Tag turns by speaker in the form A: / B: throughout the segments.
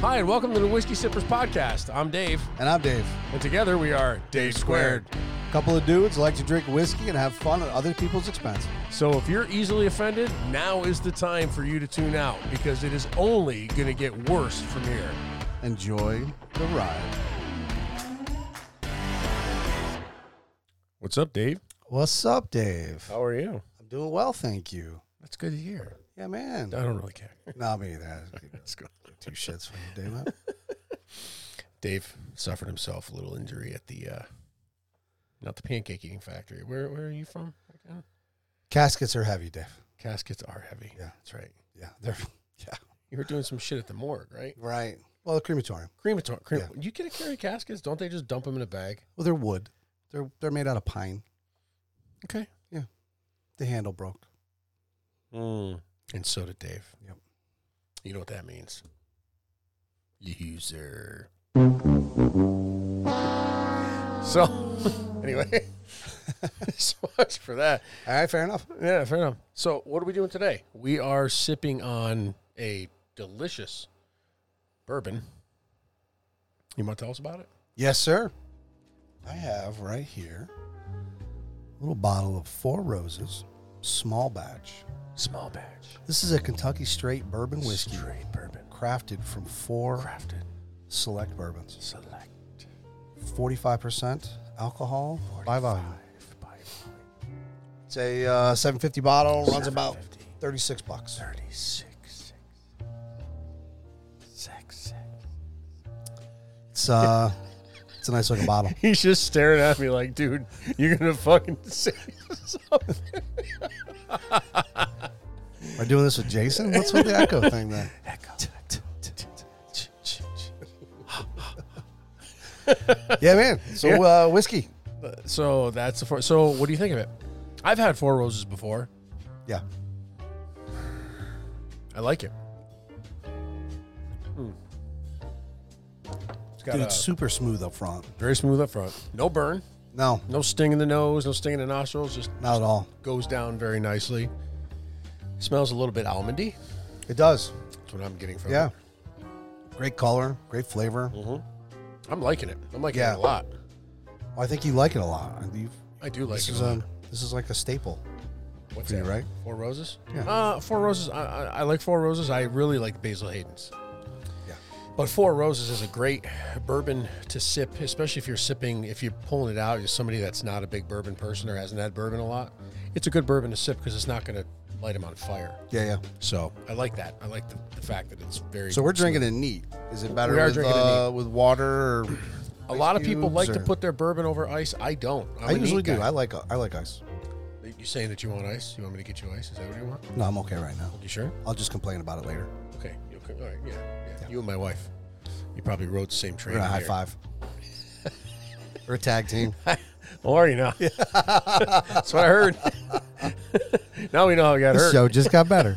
A: Hi, and welcome to the Whiskey Sippers Podcast. I'm Dave,
B: And I'm Dave.
A: and together we are Dave Squared.
B: Couple of dudes like to drink whiskey and have fun at other people's expense.
A: So if you're easily offended, now is the time for you to tune out because it is only going to get worse from here.
B: Enjoy the ride.
A: What's up, Dave?
B: What's up, Dave?
A: How are you?
B: I'm doing well, thank you.
A: That's good to hear.
B: Yeah, man.
A: I don't really care.
B: Not me either. Two shits from you, Dave. man.
A: Dave suffered himself a little injury at the, uh, not the pancake eating factory. Where, where are you from? again?
B: Caskets are heavy, Dave.
A: Caskets are heavy.
B: Yeah.
A: That's right.
B: Yeah, they're yeah,
A: You were doing some shit at the morgue, right?
B: right. Well, the crematorium.
A: Crematorium. Crem-
B: Yeah.
A: You get to carry caskets. Don't they just dump them in a bag?
B: Well, they're wood. They're they're made out of pine.
A: Okay.
B: The handle broke.
A: And so did Dave.
B: Yep.
A: You know what that means. User. So, anyway, so much for that.
B: All right, fair enough.
A: Yeah, fair enough. So, what are we doing today? We are sipping on a delicious bourbon. You want to tell us about it?
B: Yes, sir. I have right here a little bottle of Four Roses, small batch.
A: Small batch.
B: This is a Kentucky straight bourbon whiskey
A: Straight bourbon.
B: crafted from four
A: Crafted.
B: select bourbons.
A: Select.
B: 45% alcohol by volume.
A: By
B: It's a uh, 750 bottle, runs about
A: 750.
B: 36 bucks.
A: 36. Six. Six. six.
B: It's uh it's a nice looking bottle.
A: He's just staring at me like, dude, you're gonna fucking say something.
B: We're doing this with Jason. What's with the echo thing then? Yeah, man. So uh, whiskey.
A: so that's the four. So what do you think of it? I've had four roses before.
B: Yeah.
A: I like it. It's got
B: Hmm. Dude,
A: a
B: it's super smooth up front.
A: very smooth up front. No burn.
B: No,
A: No sting in the nose. No sting in the nostrils. Just
B: not at all.
A: goes down very nicely. Smells a little bit almondy.
B: It does.
A: That's what I'm getting from
B: Yeah.
A: it.
B: Great color, great flavor.
A: Mm-hmm. I'm liking it. I'm liking
B: Yeah.
A: it a lot.
B: I think you like it a lot. You've,
A: I do like
B: this
A: it.
B: is
A: a lot.
B: a this is like a staple.
A: What's
B: for you,
A: that?
B: right?
A: Four roses.
B: Yeah.
A: Uh, four roses. I, I, I like four roses. I really like Basil Hayden's.
B: Yeah.
A: But Four Roses is a great bourbon to sip, especially if you're sipping, if you're pulling it out, you're somebody that's not a big bourbon person or hasn't had bourbon a lot. It's a good bourbon to sip because it's not going to light them on fire.
B: Yeah, yeah.
A: So I like that. I like the, the fact that it's very.
B: So we're drinking it neat. Is it better
A: We are
B: with,
A: drinking it
B: uh, with water? Or
A: A lot of people
B: cubes
A: like to
B: or-
A: put their bourbon over ice. I don't. I'm
B: I
A: a neat
B: usually do.
A: guy.
B: I like I like ice.
A: You saying that you want ice? You want me to get you ice? Is that what you want?
B: No, I'm okay right now.
A: You sure?
B: I'll just complain about it later.
A: Okay. You okay? All right. Yeah, yeah. You and my wife. You probably rode the same train.
B: We're gonna high
A: here.
B: five. We're a tag team.
A: Well, are you now? That's what I heard. now we know how we got
B: This
A: hurt.
B: show just got better.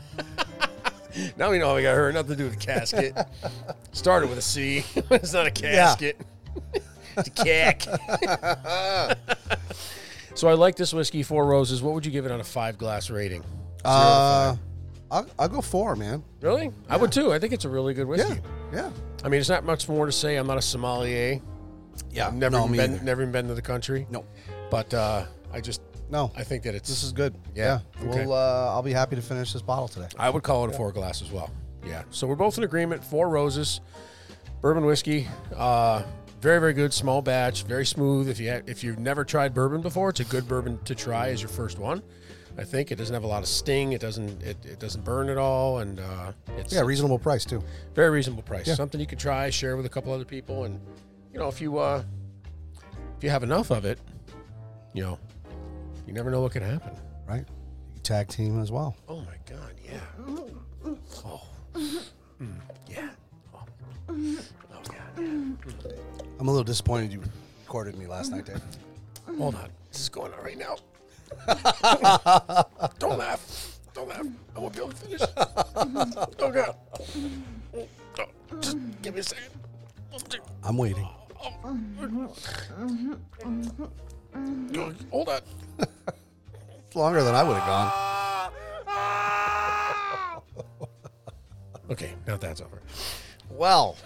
A: Now we know how we got hurt. Nothing to do with the casket. Started with a C. it's not a casket. it's a cack. so I like this whiskey, Four Roses. What would you give it on a five glass rating? Zero to
B: Uh,
A: five.
B: I'll, I'll go four, man.
A: really? I would too. I think it's a really good whiskey.
B: Yeah, yeah,
A: I mean, it's not much more to say. I'm not a sommelier.
B: yeah.
A: I've never
B: no,
A: even
B: me
A: been
B: either.
A: never even been to the country.
B: No,
A: But uh, I just
B: no.
A: I think that it's
B: this is good.
A: Yeah, okay.
B: We'll. Uh, I'll be happy to finish this bottle today.
A: I would call it a four glass as well. Yeah. So we're both in agreement. Four roses, bourbon whiskey. Uh, very very good. Small batch. Very smooth. If you ha- if you've never tried bourbon before, it's a good bourbon to try as your first one. I think it doesn't have a lot of sting. It doesn't it, it doesn't burn at all, and uh, it's
B: Yeah, reasonable price too.
A: very reasonable price. Something you could try, share with a couple other people, and you know if you uh, if you have enough of it, you know, you never know what could happen.
B: Right. You tag team as well.
A: Oh my god, yeah. Oh. Mm, Yeah. Oh. Oh god.
B: I'm a little disappointed you recorded me last night, Dave.
A: Hold on. This is going on right now. Don't laugh. Don't laugh. I won't be able to finish. Oh god. Oh, just give me a second.
B: I'm waiting.
A: Oh, Hold on.
B: It's longer than I would have gone.
A: Okay, now that's over.
B: Well,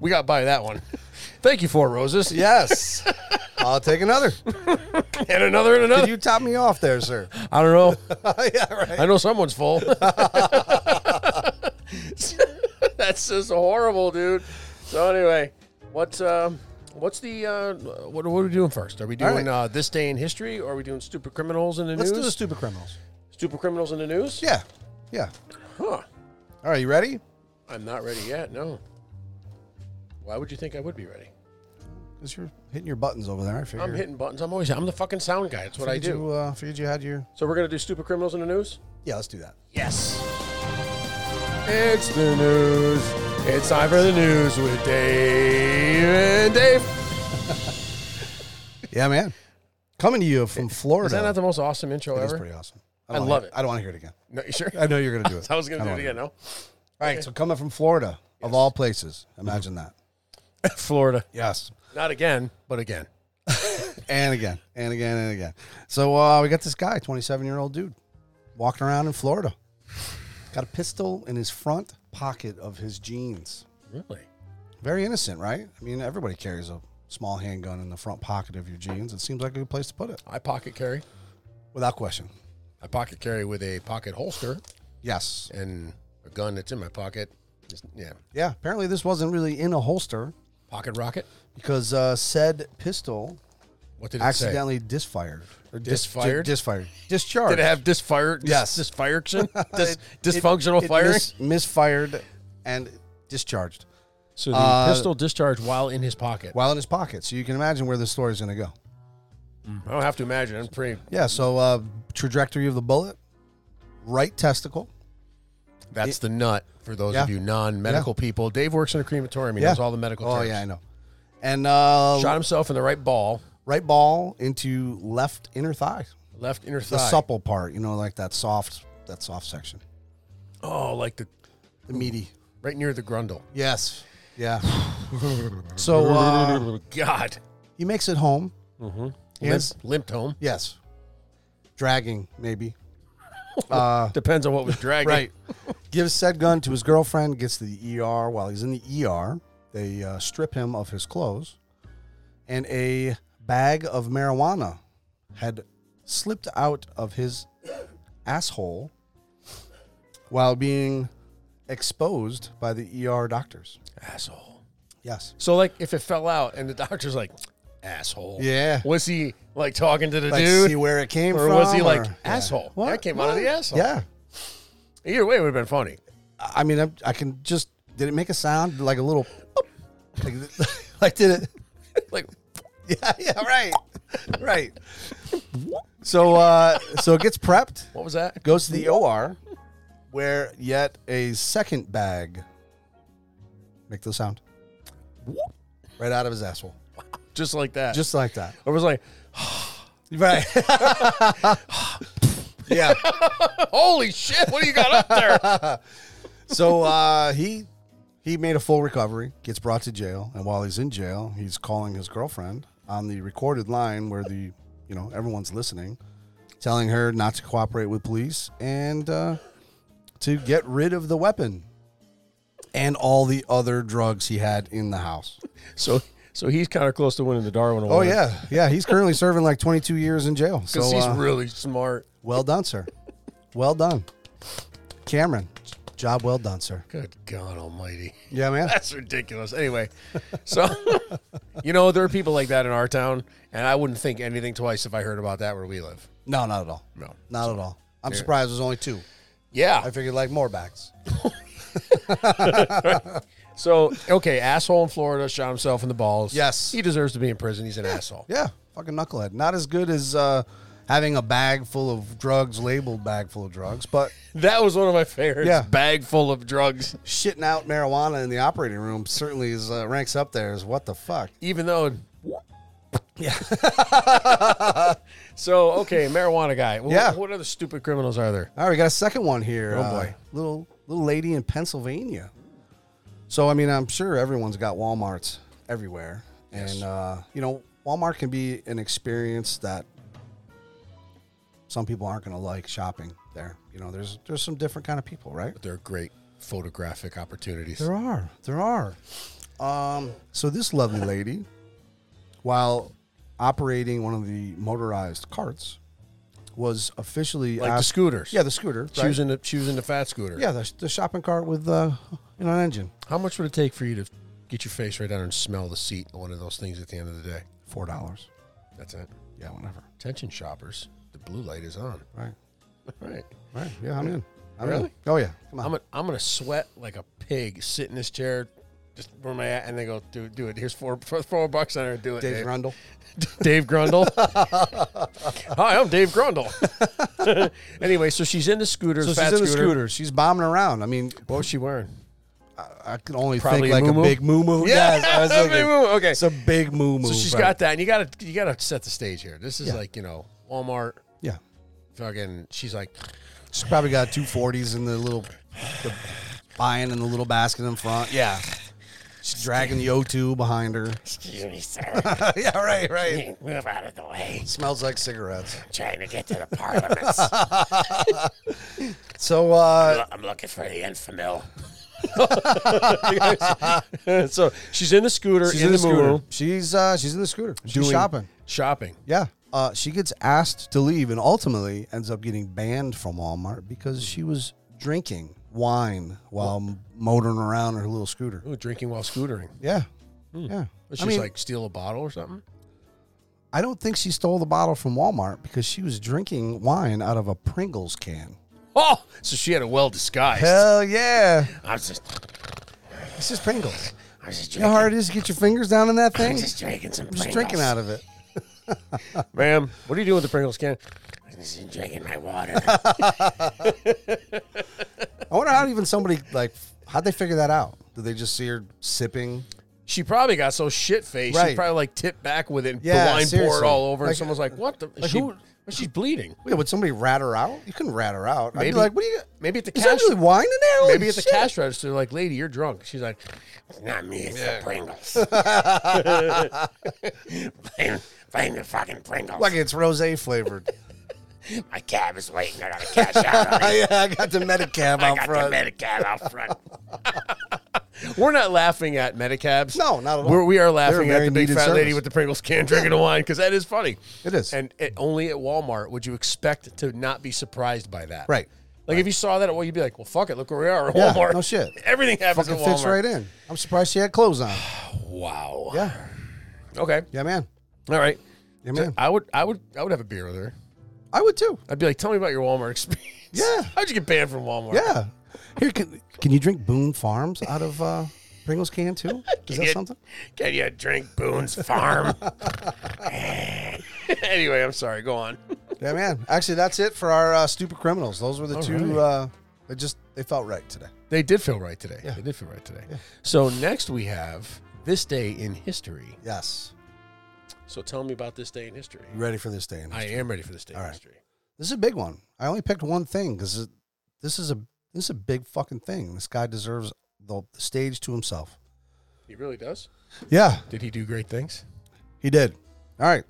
A: We got by that one. Thank you, Four Roses.
B: Yes. I'll take another.
A: And another and
B: Did
A: another.
B: you top me off there, sir?
A: I don't know.
B: Oh, yeah, right.
A: I know someone's full. That's just horrible, dude. So anyway, what's um, what's the uh, what, what are we doing first? Are we doing
B: right.
A: uh, this day in history? Or are we doing stupid criminals in the
B: Let's do
A: news?
B: the stupid criminals.
A: stupid criminals in the news?
B: Yeah. Yeah.
A: Huh.
B: All right, you ready?
A: I'm not ready yet. No. Why would you think I would be ready?
B: Because you're hitting your buttons over there. I figured.
A: I'm hitting buttons. I'm always I'm the fucking sound guy. That's what I
B: Figured
A: do.
B: You, uh, figured you had your.
A: So we're gonna do stupid criminals in the news.
B: Yeah, let's do that.
A: Yes. It's the news. It's time for the news with Dave and Dave.
B: Yeah, man. Coming to you from Florida.
A: Is that not the most awesome intro
B: That's
A: ever?
B: pretty awesome.
A: I
B: don't
A: love
B: wanna-
A: it.
B: I don't want to hear it again.
A: no, you sure?
B: I know you're going to do it.
A: I was gonna
B: I
A: do
B: don't
A: it
B: wanna
A: again. No.
B: All right, so coming from Florida, of all places, imagine that.
A: Florida.
B: Yes.
A: Not again, but again.
B: And again, and again, and again. So uh, we got this guy, 27 year old dude, walking around in Florida. Got a pistol in his front pocket of his jeans.
A: Really?
B: Very innocent, right? I mean, everybody carries a small handgun in the front pocket of your jeans. It seems like a good place to put it,
A: I pocket carry.
B: without question.
A: I pocket carry with a pocket holster
B: Yes.
A: and a gun that's in my pocket. Just, yeah.
B: Yeah, apparently this wasn't really in a holster
A: Pocket rocket.
B: because uh, said pistol
A: What did it say?
B: accidentally disfired. Or dis-
A: Disfired?
B: disfired. Discharged.
A: Did it have disfire? Dis,
B: Yes.
A: Disfirection. Dis,
B: It- it-
A: dysfunctional
B: it
A: firing.
B: mis- misfired and discharged
A: so the
B: uh,
A: pistol discharged while in his pocket.
B: while in his pocket. So you can imagine where this story is going to go.
A: I don't have to imagine. I'm pretty.
B: Yeah. So uh, trajectory of the bullet, right testicle.
A: That's the nut for those
B: Yeah.
A: of you non-medical people. Dave works in a crematorium. He knows all the medical.
B: Oh
A: terms.
B: yeah, I know. And uh,
A: Shot himself in the right ball,
B: right ball into left inner thigh,
A: left inner
B: the
A: thigh.
B: supple part. You know, like that soft, that soft section,
A: oh, like the
B: the meaty.
A: right near the grundle.
B: Yes. Yeah. so uh,
A: God,
B: he makes it home.
A: Mm-hmm. limp,
B: Hands-
A: limped home.
B: Yes. Dragging maybe.
A: Depends on what was dragging.
B: Uh. Right. Gives said gun to his girlfriend, gets to the ER. While he's in the ER, they uh, strip him of his clothes, and a bag of marijuana had slipped out of his asshole while being exposed by the ER doctors.
A: asshole.
B: Yes.
A: So like, if it fell out and the doctor's like, asshole.
B: Yeah.
A: Was he like talking to the
B: Like,
A: dude,
B: see where it came
A: or
B: from.
A: was he like
B: or-
A: asshole?
B: What?
A: That came out of the
B: What?
A: asshole.
B: Yeah.
A: Either way, it would have been funny.
B: I mean, I, I can just. Did it make a sound like a little? Like, like did it?
A: Like,
B: Yeah, yeah, right, right. So, uh, so it gets prepped,
A: what was that?
B: goes to the OR, where yet a second bag. Make the sound. Right out of his asshole,
A: Just like that.
B: just like that.
A: I was like,
B: Right. yeah.
A: holy shit! What do you got up there?
B: So uh, he he made a full recovery, gets brought to jail, and while he's in jail, he's calling his girlfriend on the recorded line where the you know everyone's listening, telling her not to cooperate with police and uh, to get rid of the weapon and all the other drugs he had in the house.
A: So so he's kind of close to winning the Darwin Award.
B: Oh yeah, yeah. He's currently serving like 22 years in jail. So
A: because he's
B: uh,
A: really smart.
B: well done, sir. Well done, Cameron. Job well done, sir.
A: Good God Almighty,
B: Yeah, man.
A: that's ridiculous. Anyway, so you know there are people like that in our town, and I wouldn't think anything twice if I heard about that where we live.
B: No, not at all.
A: No.
B: Not at all. I'm surprised there's only two. I
A: Yeah.
B: figured like more backs.
A: So okay, asshole in Florida shot himself in the balls.
B: Yes.
A: he deserves to be in prison. He's an asshole.
B: Yeah, fucking knucklehead. Not as good as uh, having a bag full of drugs, labeled bag full of drugs, but
A: That was one of my favorites.
B: Yeah.
A: bag full of drugs.
B: shitting out marijuana in the operating room certainly is uh, ranks up there as what the fuck.
A: Even though. Yeah. so okay, marijuana guy. What,
B: Yeah.
A: What other stupid criminals are there?
B: All right, we got a second one here. uh,
A: Oh, boy.
B: little little lady in Pennsylvania. So I mean, I'm sure everyone's got WalMarts everywhere, and uh, you know, Walmart can be an experience that some people aren't going to like shopping there. You know, there's there's some different kind of people, right?
A: They're great photographic opportunities.
B: There are, there are. Um, so this lovely lady, while operating one of the motorized carts, was officially
A: Like the
B: asked-
A: scooters.
B: Yeah, the scooter.
A: She was in the she was in the fat scooter.
B: yeah, the, the shopping cart with uh, you know, an engine.
A: How much would it take for you to get your face right down and smell the seat in one of those things at the end of the day?
B: Four dollars.
A: That's it.
B: Yeah, whatever.
A: Attention shoppers. The blue light is on.
B: Right.
A: Right.
B: Right. Yeah, I'm in. I'm In.
A: Really?
B: Oh yeah. Come on.
A: I'm gonna, I'm gonna sweat like a pig, sit in this chair, just where am I at? And they go, do, do it. Here's four, four, four bucks on it. Do it.
B: Dave
A: Dave,
B: Grundle.
A: Dave Grundle. Hi, I'm Dave Grundle. anyway, so she's in the scooter.
B: So she's
A: fat
B: in the
A: scooter.
B: scooter. She's bombing around. I mean,
A: What was she wearing?
B: I, I can only
A: Probably a
B: think like a
A: moo-moo?
B: big moo moo.
A: Yeah,
B: Yes, I was
A: a big
B: thinking,
A: moo-moo, okay.
B: It's a big moo moo.
A: So she's got that, and you gotta you gotta set the stage here. This is
B: Yeah.
A: like you know Walmart,
B: Yeah.
A: fucking. She's like,
B: She's probably got two forties in the little the buying in the little basket in front. Yeah. She's dragging the O2 behind her.
C: Excuse me, sir.
B: yeah, right, right.
C: Move out of the way.
B: Smells like cigarettes.
C: I'm trying to get to the parliaments.
B: So uh
C: I'm looking for the infamil.
A: so she's in the scooter,
B: she's
A: in, the,
B: scooter.
A: moo-moo,
B: She's uh she's in the scooter. She's
A: doing
B: shopping.
A: shopping.
B: Yeah. Uh, she gets asked to leave and ultimately ends up getting banned from Walmart because she was drinking wine while motoring around her little scooter.
A: Ooh, drinking while scootering.
B: Yeah. Yeah.
A: Was she
B: I
A: just,
B: mean,
A: Hmm. like steal a bottle or something?
B: I don't think she stole the bottle from Walmart because she was drinking wine out of a Pringles can.
A: Oh, so she had it well disguised.
B: Hell yeah.
C: I'm just,
B: This is Pringles.
C: I'm just
B: You know
C: drinking.
B: how hard it is to get your fingers down in that
C: I'm
B: thing?
C: just drinking some
B: I'm just drinking out of it.
A: Ma'am, what are you doing with the Pringles can?
C: I'm just drinking my water.
B: I wonder how even somebody, like, how'd they figure that out? Did they just see her sipping?
A: She probably got so shit faced. She
B: Right.
A: probably like tipped back with it. And
B: Yeah,
A: the wine poured
B: seriously.
A: all over.
B: Like-
A: and someone's like, "What the?
B: like
A: she,
B: who-
A: she's bleeding."
B: Wait, would somebody rat her out? You couldn't rat her out. I'd
A: Maybe.
B: be like, what do you,
A: Maybe at the
B: is
A: cash.
B: there really wine in there? Holy
A: maybe at the
B: shit.
A: cash register, like, "Lady, you're drunk." She's like,
C: It's not me, it's the Pringles. blame, blame the fucking Pringles.
B: Like it's rose flavored.
C: my cab is waiting. I gotta cash out. on it.
B: yeah, I got the Medicab
C: I
B: out
C: got
B: front.
C: the Medicab out front.
A: "We're not laughing at medicabs.
B: No, not at all.
A: We're, we are laughing
B: They're
A: at
B: a
A: the
B: very
A: big
B: needed
A: fat lady
B: service.
A: with the Pringles can drinking the wine because that is funny.
B: It is.
A: And it, only at Walmart would you expect to not be surprised by that.
B: Right.
A: Like if you saw that, well, you'd be like, "Well, fuck it, look where we are at
B: Yeah,
A: Walmart."
B: no shit.
A: Everything happens
B: Fucking
A: at
B: fits
A: Walmart.
B: right in. I'm surprised she had clothes on.
A: Wow.
B: Yeah.
A: Okay.
B: Yeah, man.
A: All right.
B: Yeah, man.
A: I would, I would, I would have a beer with her.
B: I would too.
A: I'd be like, "Tell me about your Walmart experience."
B: Yeah.
A: How'd you get banned from Walmart?
B: Yeah. Here, can, can you drink Boone Farms out of uh, Pringles can too? Is that
C: you-
B: something?
C: Can you drink Boone's Farm?
A: anyway, I'm sorry. Go on.
B: Yeah, man. Actually, that's it for our uh, stupid criminals. Those were the two.
A: right.
B: Uh, they just they felt right today.
A: They did feel right today. They did feel right today. So next we have this day in history.
B: Yes.
A: So tell me about this day in history.
B: You ready for this day? and
A: I am ready for this day in
B: All right.
A: history.
B: This is a big one. I only picked one thing because this is a this is a big fucking thing. This guy deserves the, the stage to himself.
A: He really does.
B: Yeah,
A: Did he do great things?
B: he did. All right.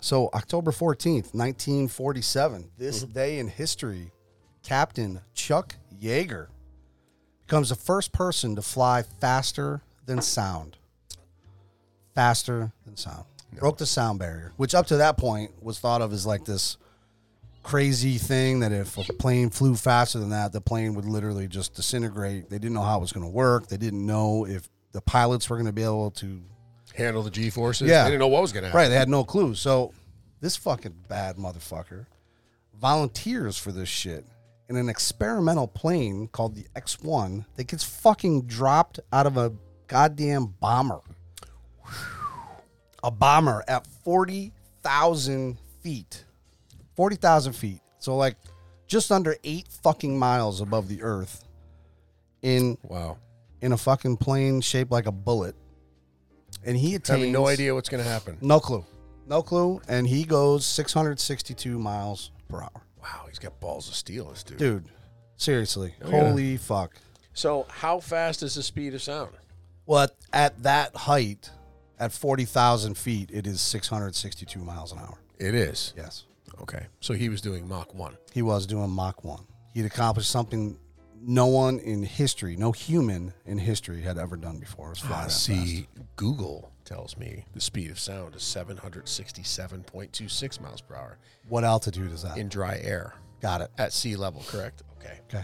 B: So October fourteenth, nineteen forty-seven. This day in history, Captain Chuck Yeager becomes the first person to fly faster than sound. Faster than sound. Broke the sound barrier, which up to that point was thought of as like this crazy thing that if a plane flew faster than that, the plane would literally just disintegrate. They didn't know how it was going to work. They didn't know if the pilots were going to be able to
A: Handle the G forces.
B: Yeah.
A: I didn't know what was going to happen.
B: Right, they had no clue. So this fucking bad motherfucker volunteers for this shit in an experimental plane called the X1 that gets fucking dropped out of a goddamn bomber. A bomber at 40,000 feet. 40,000 feet. So like just under 8 fucking miles above the earth in
A: Wow.
B: in a fucking plane shaped like a bullet. And he attains
A: Having no idea what's going to happen.
B: no clue. No clue. And he goes 662 miles per hour.
A: Wow. He's got balls of steel, this dude.
B: Dude, seriously.
A: yeah.
B: Holy fuck.
A: So how fast is the speed of sound?
B: Well, at, at that height, at 40,000 feet, it is 662 miles an hour.
A: It is.
B: Yes.
A: Okay. So he was doing Mach 1.
B: He was doing Mach 1. He'd accomplished something no one in history, no human in history had ever done before. Is fly
A: Ah,
B: that fast.
A: see, Google tells me the speed of sound is 767.26 miles per hour
B: What altitude is that?
A: in dry air
B: Got it.
A: at sea level, correct? Okay.
B: Okay.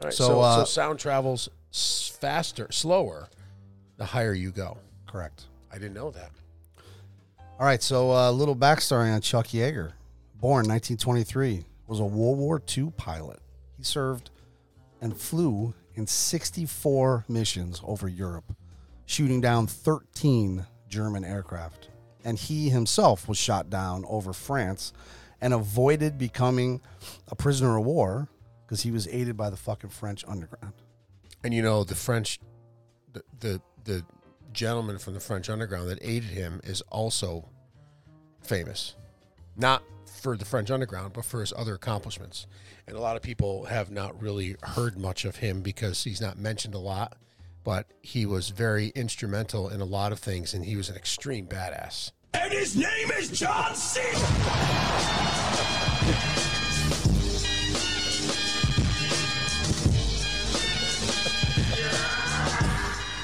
A: All right. So,
B: So,
A: so,
B: uh,
A: sound travels s- faster, slower, the higher you go.
B: Correct.
A: I didn't know that.
B: All right, so a little backstory on Chuck Yeager. Born 1923, was a World War II pilot. He served and flew in 64 missions over Europe, shooting down 13 German aircraft. And he himself was shot down over France and avoided becoming a prisoner of war because he was aided by the fucking French underground.
A: And you know the French, the the, the gentleman from the French underground that aided him is also famous, not for the French underground, but for his other accomplishments. And a lot of people have not really heard much of him because he's not mentioned a lot. But he was very instrumental in a lot of things, and he was an extreme badass.
D: And his name is John Cena!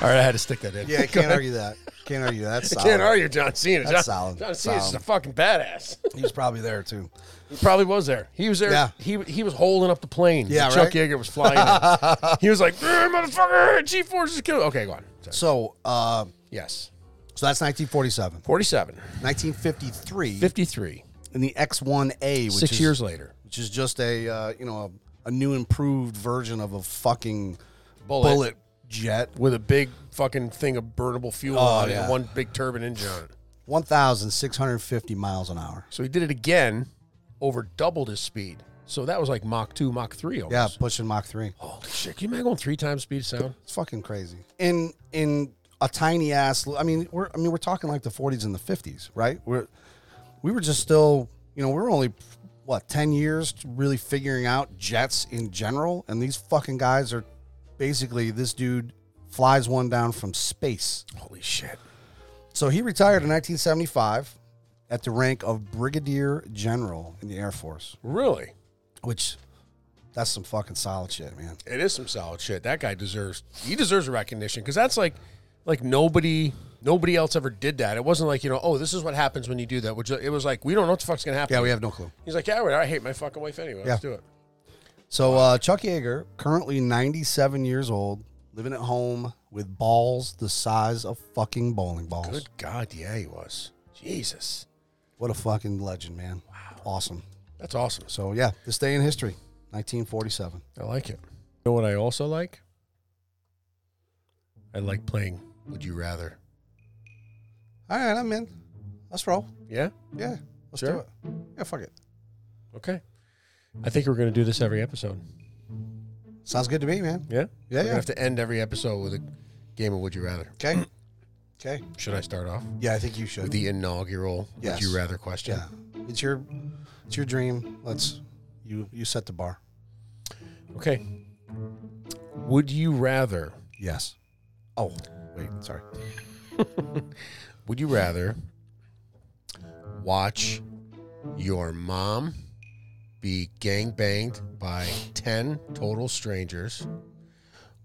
A: All right, I had to stick that in.
B: Yeah, I can't argue that. Can't argue that. That's
A: I
B: solid.
A: can't argue John Cena.
B: That's
A: John,
B: solid.
A: John Cena's
B: Solid.
A: a fucking badass.
B: He was probably there too.
A: He probably was there. He was there.
B: Yeah.
A: He he was holding up the plane.
B: Yeah,
A: that Chuck
B: right?
A: Yeager was flying. it. he was like, "Eh, motherfucker, G Force is killing. Okay, go on. Sorry.
B: So, uh,
A: Yes.
B: so that's 1947.
A: 47,
B: 1953
A: 53,
B: in the X1A, which
A: six
B: is,
A: years later.
B: which is just a uh, you know a, a new improved version of a fucking
A: Bullet.
B: bullet, jet.
A: With a big fucking thing of burnable fuel on it
B: Oh, yeah.
A: and one big turbine engine on it.
B: 1,650 miles an hour.
A: So he did it again, over doubled his speed. So that was like Mach 2, Mach 3 almost.
B: Yeah, pushing Mach three.
A: Holy shit. Can you imagine going three times speed of sound?
B: It's fucking crazy. In in a tiny ass. I mean, we're I mean we're talking like the 40s and the 50s, right? We're we were just still you know we were only what 10 years to really figuring out jets in general, and these fucking guys are basically this dude flies one down from space.
A: Holy shit.
B: So he retired in 1975 at the rank of brigadier general in the Air Force,
A: Really?
B: which that's some fucking solid shit, man.
A: It is some solid shit. That guy deserves he deserves recognition because that's like like nobody nobody else ever did that. It wasn't like you know oh this is what happens when you do that. Which it was like we don't know what the fuck's gonna happen.
B: Yeah, we have no clue.
A: He's like yeah, all right, I hate my fucking wife anyway. Let's
B: Yeah.
A: do it.
B: So uh, Chuck Yeager, currently 97 years old, living at home with balls the size of fucking bowling balls.
A: Good God, yeah, he was. Jesus,
B: What a fucking legend, man. Awesome.
A: that's awesome.
B: So yeah, this day in history, 1947.
A: I like it. You know what I also like? I like playing. Would you rather?
B: All right, I'm in. Let's roll.
A: Yeah.
B: Yeah, let's
A: Sure.
B: do it. Yeah, fuck it.
A: Okay. I think we're gonna do this every episode.
B: Sounds good to me, man.
A: Yeah.
B: Yeah,
A: We're
B: yeah.
A: gonna have to end every episode with a game of Would You Rather.
B: Okay. okay.
A: Should I start off?
B: Yeah, I think you should.
A: the inaugural
B: Yes.
A: would you rather question.
B: Yeah, it's your it's your dream. Let's you you set the bar.
A: Okay. Would you rather
B: Yes. Oh wait, sorry.
A: would you rather watch your mom be gangbanged by 10 total strangers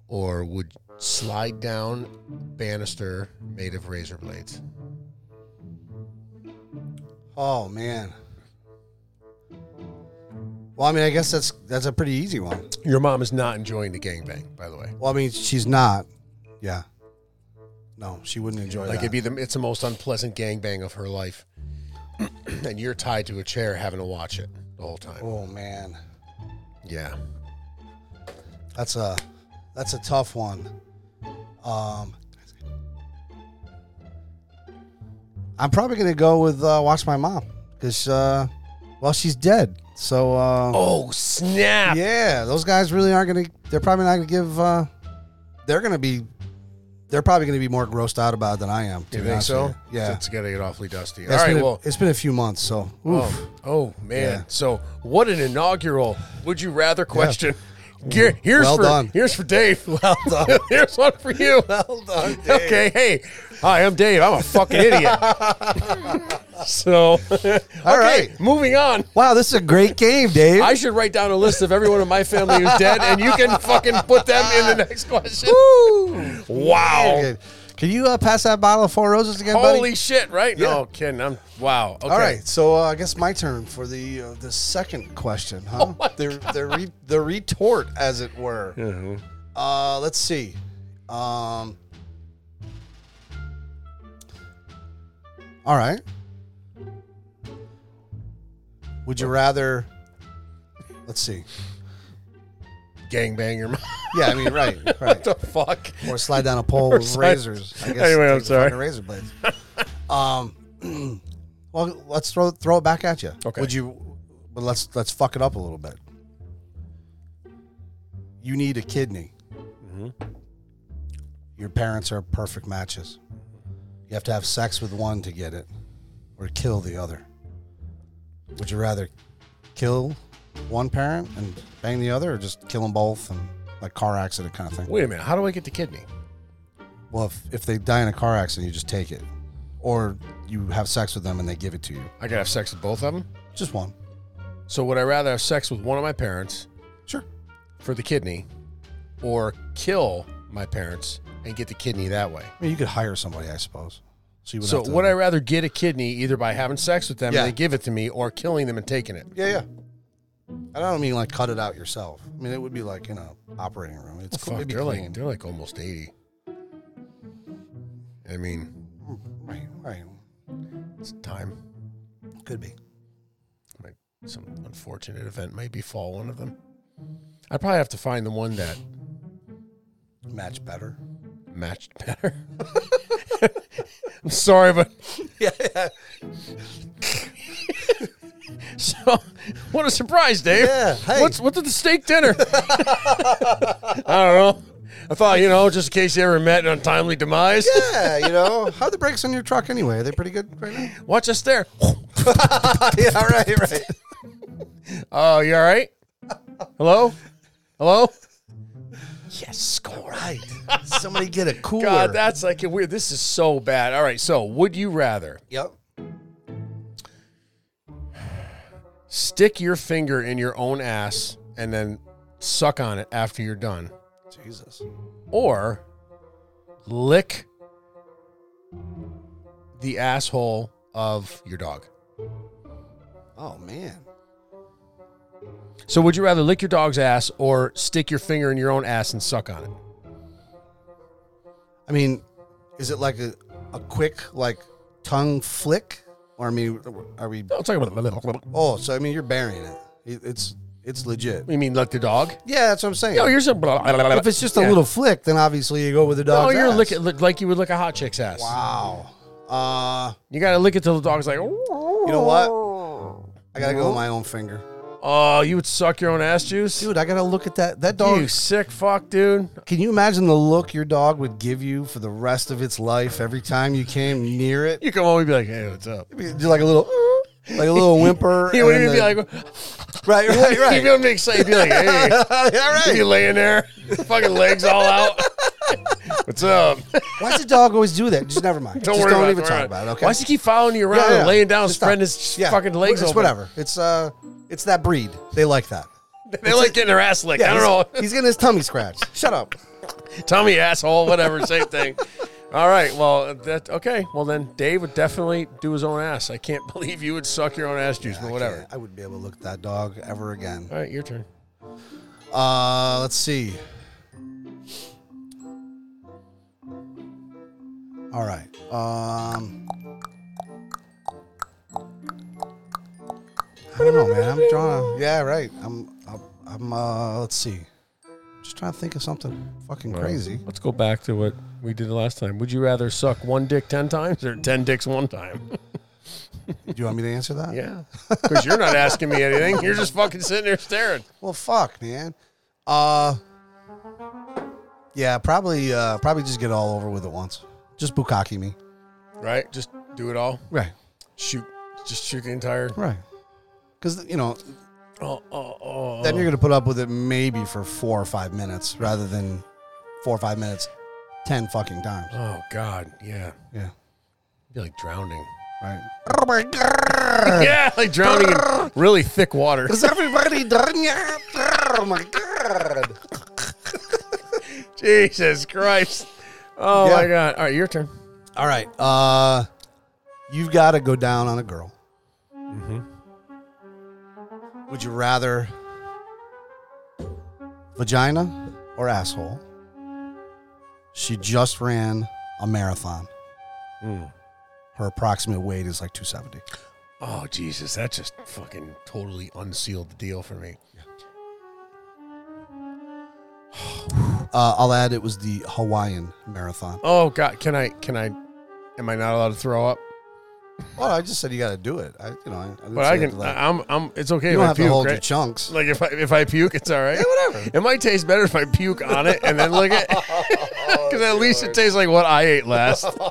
A: or would slide down banister made of razor blades?
B: Oh man. Well, I mean, I guess that's that's a pretty easy one.
A: Your mom is not enjoying the gangbang, by the way.
B: Well, I mean, she's not. Yeah. No, she wouldn't enjoy
A: Like
B: that.
A: it'd be the it's the most unpleasant gangbang of her life. and you're tied to a chair having to watch it the whole time.
B: oh man,
A: Yeah.
B: that's a that's a tough one. Um, I'm probably gonna go with uh, watch my mom because uh, well, she's dead. So uh,
A: Oh snap!
B: Yeah, those guys really aren't going to. They're probably not going to give. Uh, they're going to be. They're probably going to be more grossed out about it than I am. To
A: You
B: be
A: think
B: honest
A: so?
B: with you. Yeah.
A: it's gonna get awfully dusty.
B: It's
A: All right,
B: been a-
A: well,
B: it's been a few months, so oof.
A: oh, oh, man.
B: Yeah.
A: So what an inaugural would you rather question. Ge- Here's
B: Well
A: for
B: done.
A: here's for Dave. Well done. here's one for you.
B: Well done, Dave.
A: Okay, hey, hi, I'm Dave. I'm a fucking idiot. So,
B: All
A: okay,
B: right.
A: moving on.
B: Wow, this is a great game, Dave.
A: I should write down a list of everyone in my family who's dead, and you can fucking put them in the next question.
B: Woo!
A: Wow.
B: Okay. Can you uh, pass that bottle of Four Roses again, buddy?
A: Holy shit, right? No, Ken, I'm wow. Okay.
B: All right, so uh, I guess my turn for the uh, the second question, huh?
A: Oh my
B: the the, re- the retort, as it were.
A: Uh-huh.
B: Uh, let's see. Um, all right. Would you rather? Let's see.
A: Gangbanger.
B: Yeah, I mean, right, right.
A: what the fuck?
B: Or slide down a pole with
A: slide-
B: razors. I guess
A: Anyway, I'm
B: take the
A: sorry.
B: fucking Razor blades. um, well, let's throw throw it back at you.
A: Okay.
B: Would you? But let's let's fuck it up a little bit. You need a kidney.
A: Mm-hmm.
B: Your parents are perfect matches. You have to have sex with one to get it, or kill the other. Would you rather kill one parent and bang the other, or just kill them both and like car accident kind of thing?
A: Wait a minute. How do I get the kidney?
B: Well, if, if they die in a car accident, you just take it. Or you have sex with them and they give it to you.
A: I gotta have sex with both of them.
B: Just one.
A: So would I rather have sex with one of my parents
B: Sure.
A: for the kidney, or kill my parents and get the kidney that way?
B: I mean, you could hire somebody, I suppose. So, you would
A: So
B: have to,
A: would I rather get a kidney either by having sex with them
B: Yeah.
A: and they give it to me, or killing them and taking it?
B: Yeah, yeah. I don't mean like cut it out yourself. I mean, it would be like in a operating room. It's cool.
A: Fuck,
B: It'd be
A: they're
B: clean.
A: like they're like almost eighty. I mean,
B: Right, right.
A: it's time.
B: Could be.
A: Might, some unfortunate event might befall one of them. I probably have to find the one that
B: Match better.
A: matched better. I'm sorry, but
B: Yeah, yeah.
A: so what a surprise, Dave.
B: Yeah, hey.
A: What's what's at the steak dinner? I don't know. I thought you know, just in case you ever met an untimely demise.
B: Yeah, you know. How the brakes on your truck anyway? Are they pretty good right now?
A: Watch us there.
B: yeah, all right, right.
A: Oh, you all right? Hello, hello.
B: yes, score. Right. Somebody get a cooler.
A: God, that's like a weird. This is so bad. All right, so would you rather
B: Yep.
A: stick your finger in your own ass and then suck on it after you're done,
B: Jesus.
A: or lick the asshole of your dog?
B: Oh, man.
A: So, would you rather lick your dog's ass or stick your finger in your own ass and suck on it?
B: I mean, is it like a, a quick like tongue flick, or I mean, are we?
A: I'm talking about.
B: Oh, so I mean, you're burying it. it it's it's legit.
A: You mean lick the dog?
B: Yeah, that's what I'm saying.
A: No, you're just.
B: if it's just a little flick, then obviously you go with the
A: Oh,
B: dog.
A: you're licking lick, like you would lick a hot chick's ass.
B: Wow. Uh,
A: You gotta lick it till the dog's like.
B: you know what? I gotta go with my own finger,
A: Oh, you would suck your own ass juice?
B: dude. I gotta look at that. That dog.
A: you sick fuck, dude.
B: Can you imagine the look your dog would give you for the rest of its life every time you came near it?
A: You come home and be like, hey, what's up?
B: Do like a little, like a little whimper.
A: He
B: and
A: wouldn't even
B: then
A: be
B: the-
A: like,
B: right, right,
A: he
B: right.
A: wouldn't be excited. He'd be like, hey,
B: All right.
A: you laying there, fucking legs all out. what's up?
B: Why does the dog always do that? Just never mind.
A: Don't
B: Just
A: worry
B: don't
A: about
B: even
A: it.
B: talk about it. Okay.
A: Why does he keep following you around
B: Yeah, yeah.
A: and laying down,
B: Just stop.
A: spreading his
B: Yeah.
A: fucking legs
B: It's
A: open?
B: whatever. It's uh, it's that breed. They like that.
A: They like getting their ass licked. I don't
B: he's- He's getting his tummy scratched. Shut up.
A: know. Tummy asshole, whatever, same thing. All right, well, that okay. Well, then Dave would definitely do his own ass. I can't believe you would suck your own ass juice, but
B: I,
A: whatever.
B: can't- I wouldn't be able to look at that dog ever again.
A: All right, your turn.
B: Uh, let's see. All right. Um. I don't know, man. I'm drawing. Yeah, right. I'm. I'm. I'm uh, let's see. Just trying to think of something fucking crazy.
A: Let's go back to what we did last time. Would you rather suck one dick ten times or ten dicks one time?
B: Do you want me to answer that?
A: Yeah, because you're not asking me anything. You're just fucking sitting there staring.
B: Well, fuck, man. Uh. Yeah, probably. Uh, probably just get it all over with at once. Just bukkake me.
A: Right? Just do it all.
B: Right.
A: Shoot. Just shoot the entire.
B: Right. Because you know
A: Oh, oh, oh.
B: then you're going to put up with it maybe for four or five minutes rather than four or five minutes, ten fucking times.
A: oh God. Yeah.
B: Yeah.
A: Be like drowning.
B: Right.
A: yeah, like drowning in really thick water.
B: Is everybody done yet? Oh my god.
A: Jesus Christ. Oh
B: Yeah.
A: my God. All right, your turn.
B: All right. Uh, you've got to go down on a girl.
A: Mm-hmm.
B: Would you rather vagina or asshole? She just ran a marathon.
A: Hmm.
B: Her approximate weight is like 270.
A: Oh Jesus, that just fucking totally unsealed the deal for me.
B: Uh, I'll add it was the Hawaiian marathon.
A: Oh God, can I? Can I? Am I not allowed to throw up?
B: Well, I just said you got to do it. I, you know, I, I didn't
A: But
B: say
A: I
B: you had
A: can.
B: to, like-
A: I- I'm. I'm. It's okay. if
B: you don't
A: I
B: have
A: puke,
B: to hold
A: right?
B: your chunks.
A: Like if I if I puke, it's all right.
B: whatever.
A: It might taste better if I puke on it and then lick it,
B: Oh,
A: because at least it tastes like what I ate last.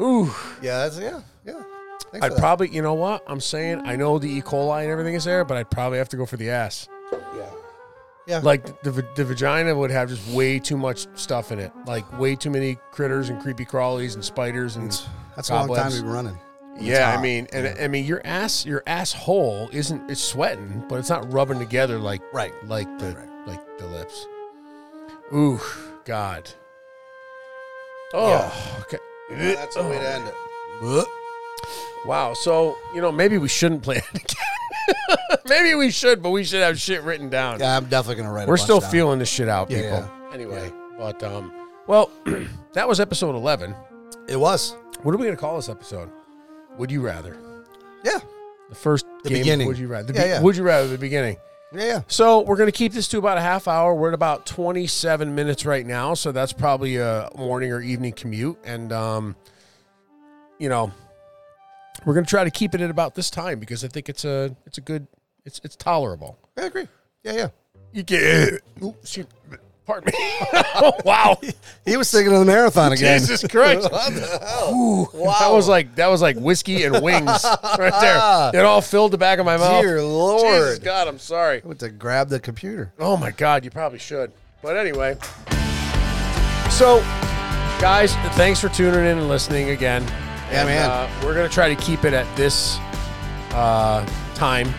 A: Ooh,
B: Yeah, that's, yeah, yeah. Thanks
A: I'd
B: for that.
A: probably. You know what? I'm saying. I know the E. coli and everything is there, but I'd probably have to go for the ass.
B: Yeah.
A: Like the va- the vagina would have just way too much stuff in it, like way too many critters and creepy crawlies and spiders and.
B: That's a long time
A: cobwebs.
B: we've been running.
A: Yeah,
B: hot.
A: I mean, and I mean, your ass, your asshole isn't it's sweating, but it's not rubbing together like
B: Right.
A: like the like the lips. Ooh, God. Oh, okay.
B: That's the way to end it.
A: Wow. So you know, maybe we shouldn't play it again. maybe we should, but we should have shit written down.
B: Yeah, I'm definitely gonna write. a
A: We're
B: bunch
A: still
B: down.
A: feeling this shit out,
B: Yeah,
A: people. Anyway, but um, well, that was episode eleven.
B: It was.
A: What are we gonna call this episode? Would you rather?
B: Yeah.
A: The first
B: The
A: game of
B: beginning.
A: Would you rather? The
B: Yeah, yeah.
A: Would you rather? The beginning.
B: Yeah. Yeah.
A: So we're going to keep this to about a half hour. We're at about 27 minutes right now, so that's probably a morning or evening commute, and um, you know, we're going to try to keep it at about this time because I think it's a it's a good it's it's tolerable.
B: I agree. Yeah. Yeah.
A: You get ooh, shoot, pardon me. wow,
B: He was thinking of the marathon again.
A: Jesus Christ! Ooh, That was like that was like whiskey and wings right there. It all filled the back of my mouth.
B: Dear
A: Jesus
B: Lord.
A: God, I'm sorry.
B: I went to grab the computer.
A: Oh my God, you probably should. But anyway, so guys, thanks for tuning in and listening again.
B: Yeah,
A: And,
B: man.
A: Uh, we're gonna try to keep it at this uh, time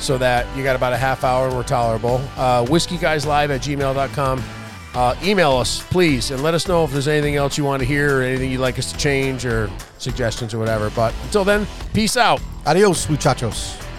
A: so that you got about a half hour and we're tolerable. Uh, whiskeyguyslive at gmail.com. Uh, email us, please, and let us know if there's anything else you want to hear or anything you'd like us to change or suggestions or whatever. But until then, peace out.
B: Adios, muchachos.